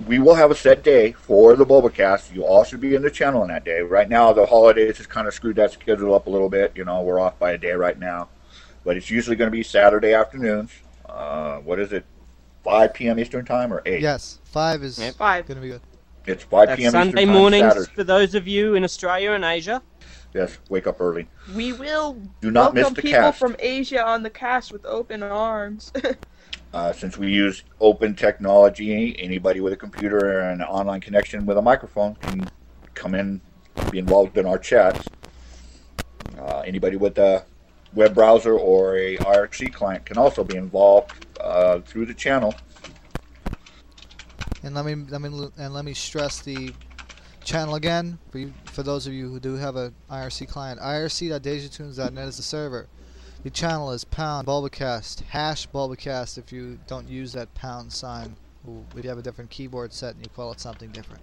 we will have a set day for the Bulbacast. You all should be in the channel on that day. Right now, the holidays has kind of screwed that schedule up a little bit. You know, we're off by a day right now, but it's usually going to be Saturday afternoons. Uh, what is it? 5 p.m. Eastern time or 8?
Yes, five is
Yep.
Five.
gonna be good.
It's 5
That's
p.m.
Sunday
Eastern time,
mornings
Saturday.
for those of you in Australia and Asia.
Yes, wake up early.
We will
Do not miss
welcome
the
people
cast.
from Asia on the cast with open arms.
Uh, since we use open technology, anybody with a computer and an online connection with a microphone can come in, be involved in our chats. Uh, anybody with a web browser or a IRC client can also be involved uh, through the channel.
And let me let me and let me stress the channel again for you, for those of you who do have a IRC client. IRC.DejaTunes.net is the server. The channel is pound bulbacast hash bulbacast if you don't use that pound sign. Ooh, If you have a different keyboard set and you call it something different,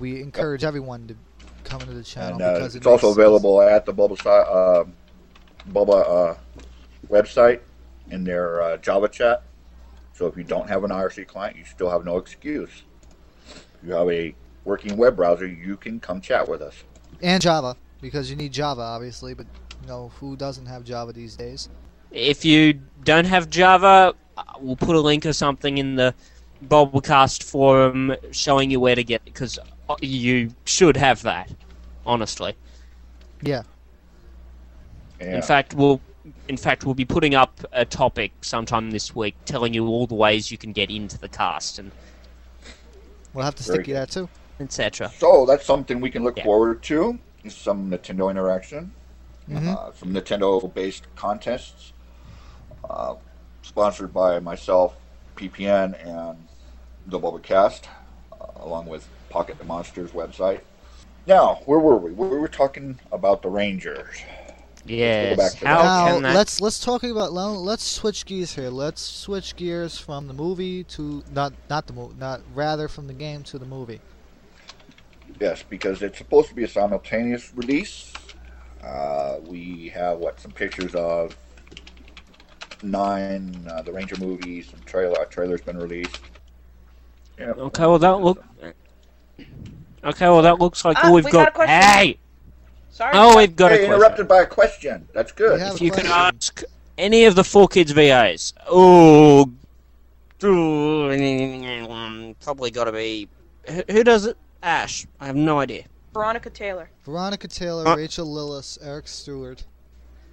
we encourage everyone to come into the channel
and uh,
because it
it's also
makes-
available at the Bubba, si- uh, Bubba uh, website in their uh, Java chat. So if you don't have an IRC client, you still have no excuse. If you have a working web browser, you can come chat with us.
and Java because you need Java obviously, but you know who doesn't have Java these days?
If you don't have Java, uh, we'll put a link or something in the Bulbacast forum showing you where to get it because you should have that, honestly.
And
In fact, we'll in fact we'll be putting up a topic sometime this week telling you all the ways you can get into the cast and
We'll have to
Very
stick you that too.
etc.
so that's something we can look
Yeah.
forward to. is Some Nintendo interaction,
Mhm.
uh, some Nintendo-based contests, uh, sponsored by myself, PPN, and the Boba Cast, uh, along with Pocket the Monsters website. Now, where were we? We were talking about the Rangers.
Yes.
back to
How
now
can that?
let's let's talk about now let's switch gears here. Let's switch gears from the movie to not not the movie, not rather from the game to the movie.
Yes, because it's supposed to be a simultaneous release. Uh, we have what some pictures of nine uh, the Ranger movies. Some trailer a trailer's been released. Yeah.
Okay, well that look. Okay, well that looks like
Ah,
all we've
we got a
got.
question.
hey,
Sorry.
oh, we've got
Hey,
a question.
interrupted by a question. That's good.
We have-
If you can
Question.
ask any of the four kids VAs, oh, ooh, probably got to be who, who does it? Ash. I have no idea.
Veronica Taylor,
Veronica Taylor,
Uh.
Rachel Lillis, Eric Stewart.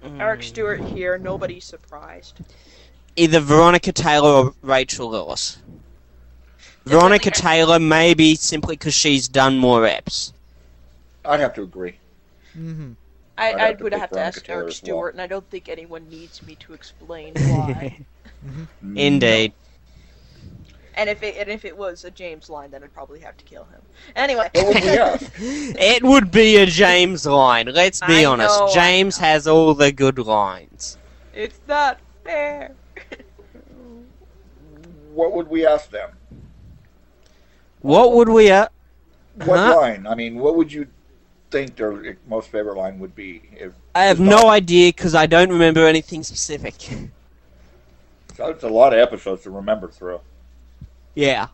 Mm.
Eric Stewart here. Nobody's surprised.
either Veronica Taylor or Rachel Lewis. Veronica Taylor maybe simply because she's done more reps.
I'd have to agree.
Mm-hmm.
I,
I'd
I
have to
would
pick
have to
Veronica
ask
Taylor
Eric
as well.
Stewart, and I don't think anyone needs me to explain why.
Indeed.
and if it and if it was a James line, then I'd probably have to kill him. Anyway,
What would we ask?
It would be a James line. Let's be
I
honest.
know, I
James has all the good lines.
it's not fair.
What would we ask them?
What would we? Uh,
What
Huh?
line? I mean, what would you think their most favorite line would be? If
I have no idea because I don't remember anything specific.
it's a lot of episodes to remember through.
yeah.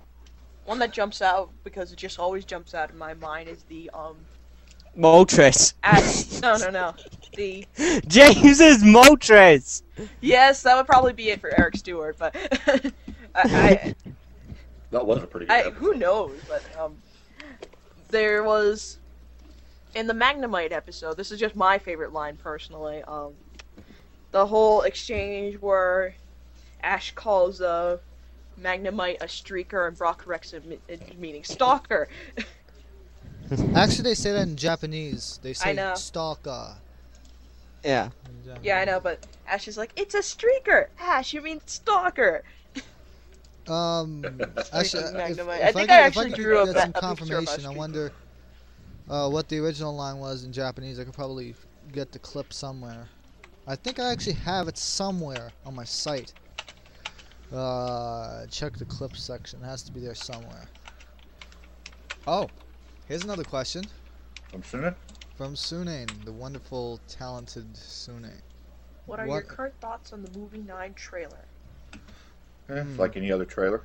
One that jumps out because it just always jumps out in my mind is the um.
Moltres.
At, no, no, no. The
James is Moltres.
yes, that would probably be it for Eric Stewart, but I,
That was a pretty
I, I
good.
who knows? But um, there was in the Magnemite episode. This is just my favorite line personally. Um, the whole exchange where Ash calls uh, Magnemite a streaker and Brock corrects him, me- it- meaning stalker.
Actually, they say that in Japanese. They say
know.
stalker.
Yeah.
in Japanese.
Yeah, I know, but Ash is like, it's a streaker. Ash, you mean stalker?
Um, actually,
Freaking
if,
Magnemite.
if
I think
could-
I
if
actually
could
drew a
get
ba-
some
a picture of
confirmation.
us
I
streaking.
wonder uh, what the original line was in Japanese. I could probably get the clip somewhere. I think I actually have it somewhere on my site. Uh, check the clip section. It has to be there somewhere. Oh, here's another question
I'm assuming.
from Sunane, the wonderful, talented Sunane.
What are your
What-
current thoughts on the movie Nine trailer?
Yeah,
Hmm.
It's Eh, like any other trailer.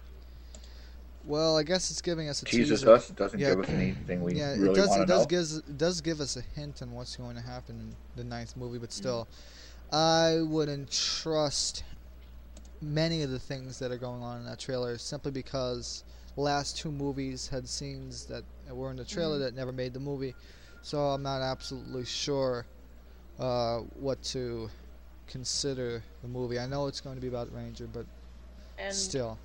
Well, I guess it's giving us a
teases
teaser.
us. It doesn't
Yeah.
give us anything we
yeah, it
really
does.
want
It
to
does
know.
gives it does give us a hint on what's going to happen in the ninth movie, but still, I wouldn't trust many of the things that are going on in that trailer simply because the last two movies had scenes that were in the trailer that never made the movie, so I'm not absolutely sure uh, what to consider the movie. I know it's going to be about Ranger, but
And
still,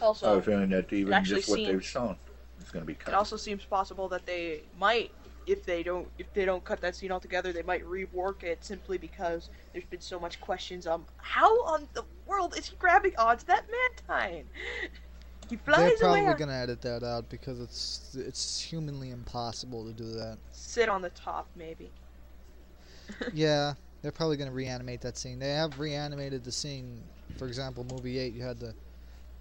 I
also,
was feeling that even
actually
just what
seen-
they've shown is going to be
It
cut.
also seems possible that they might if they don't if they don't cut that scene altogether, they might rework it simply because there's been so much questions on how on the world is he grabbing onto that mantine? He
They're
flies
probably
away.
gonna edit that out because it's it's humanly impossible to do that.
Sit on the top, maybe.
yeah, they're probably gonna reanimate that scene. They have reanimated the scene. For example, movie eight, you had the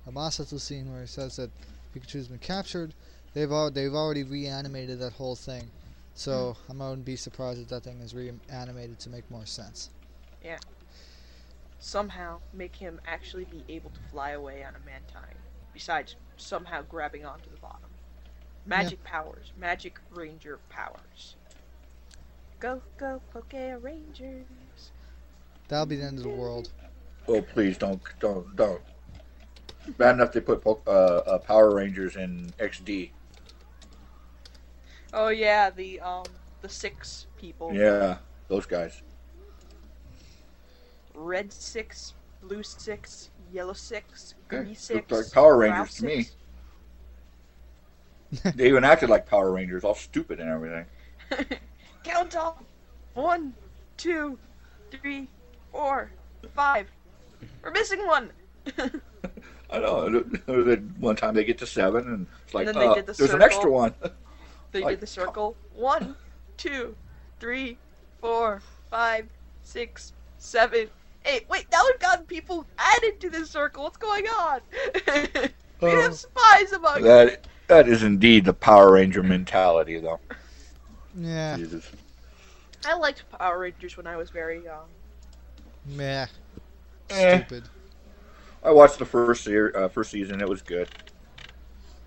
Amasatsu scene where it says that Pikachu's been captured. They've al- they've already reanimated that whole thing. So I'm I wouldn't be surprised if that thing is reanimated to make more sense.
Somehow make him actually be able to fly away on a mantine. Besides somehow grabbing onto the bottom. Magic powers. Magic ranger powers. Go go poke rangers.
That'll be the end of the world.
Oh, please don't, don't, don't. Bad enough they put po- uh, uh, Power Rangers in XD.
Oh yeah, the um the six people.
Yeah, those guys.
Red six, blue six, yellow six,
Okay,
green
looked
six.
like Power
brown
Rangers to me.
six.
They even acted like Power Rangers, all stupid and everything.
Count off. One, two, three, four, five. We're missing one.
I know. then One time they get to seven, and it's like,
And then they
uh,
did the
there's an extra
circle.
one.
They
Like,
did the circle. One, two, three, four, five, six, seven, eight. Wait, now we've gotten people added to this circle. What's going on? we
Oh.
have spies among us.
That that is indeed the Power Ranger mentality, though.
Yeah,
Jesus.
I liked Power Rangers when I was very young.
meh.
Eh.
Stupid.
I watched the first year, uh, first season. It was good.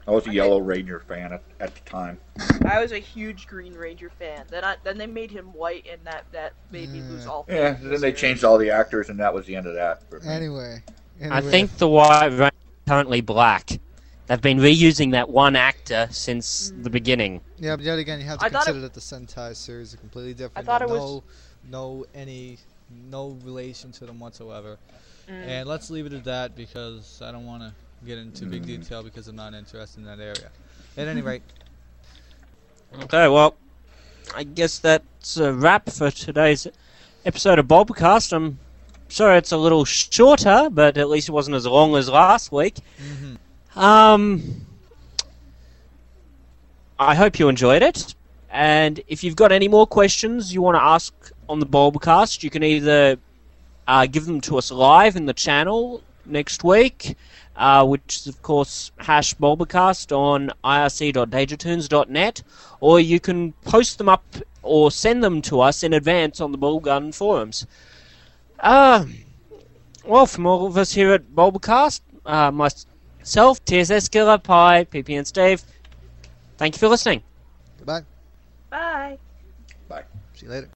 I was a
Okay.
Yellow Ranger fan at, at the time.
I was a huge Green Ranger fan. Then I, then they made him white, and that that made me lose all.
Yeah.
faith in the
Then they
series.
changed all the actors, and that was the end of that. for
Eh.
me.
Anyway,
I
anyway,
think the White Ranger currently black. They've been reusing that one actor since the beginning.
Yeah, but yet again, you have to
I thought it-
consider that the Sentai series are completely different.
thought
They're
it was-
no, no any, no relation to them whatsoever.
Mm.
And let's leave it at that because I don't want to get into big detail because I'm not interested in that area. At any rate,
Okay, well, I guess that's a wrap for today's episode of Bulbcast. I'm sorry it's a little shorter, but at least it wasn't as long as last week. Um, I hope you enjoyed it. And if you've got any more questions you want to ask on the Bulbcast, you can either uh, give them to us live in the channel next week, uh, which is, of course, hash Bulbacast on irc.dagitunes.net, or you can post them up or send them to us in advance on the Bulb Garden forums. Uh, well, from all of us here at Bulbacast, uh, myself, TSS Killer, Pie, PP and Steve, thank you for listening.
goodbye.
Bye.
See you later.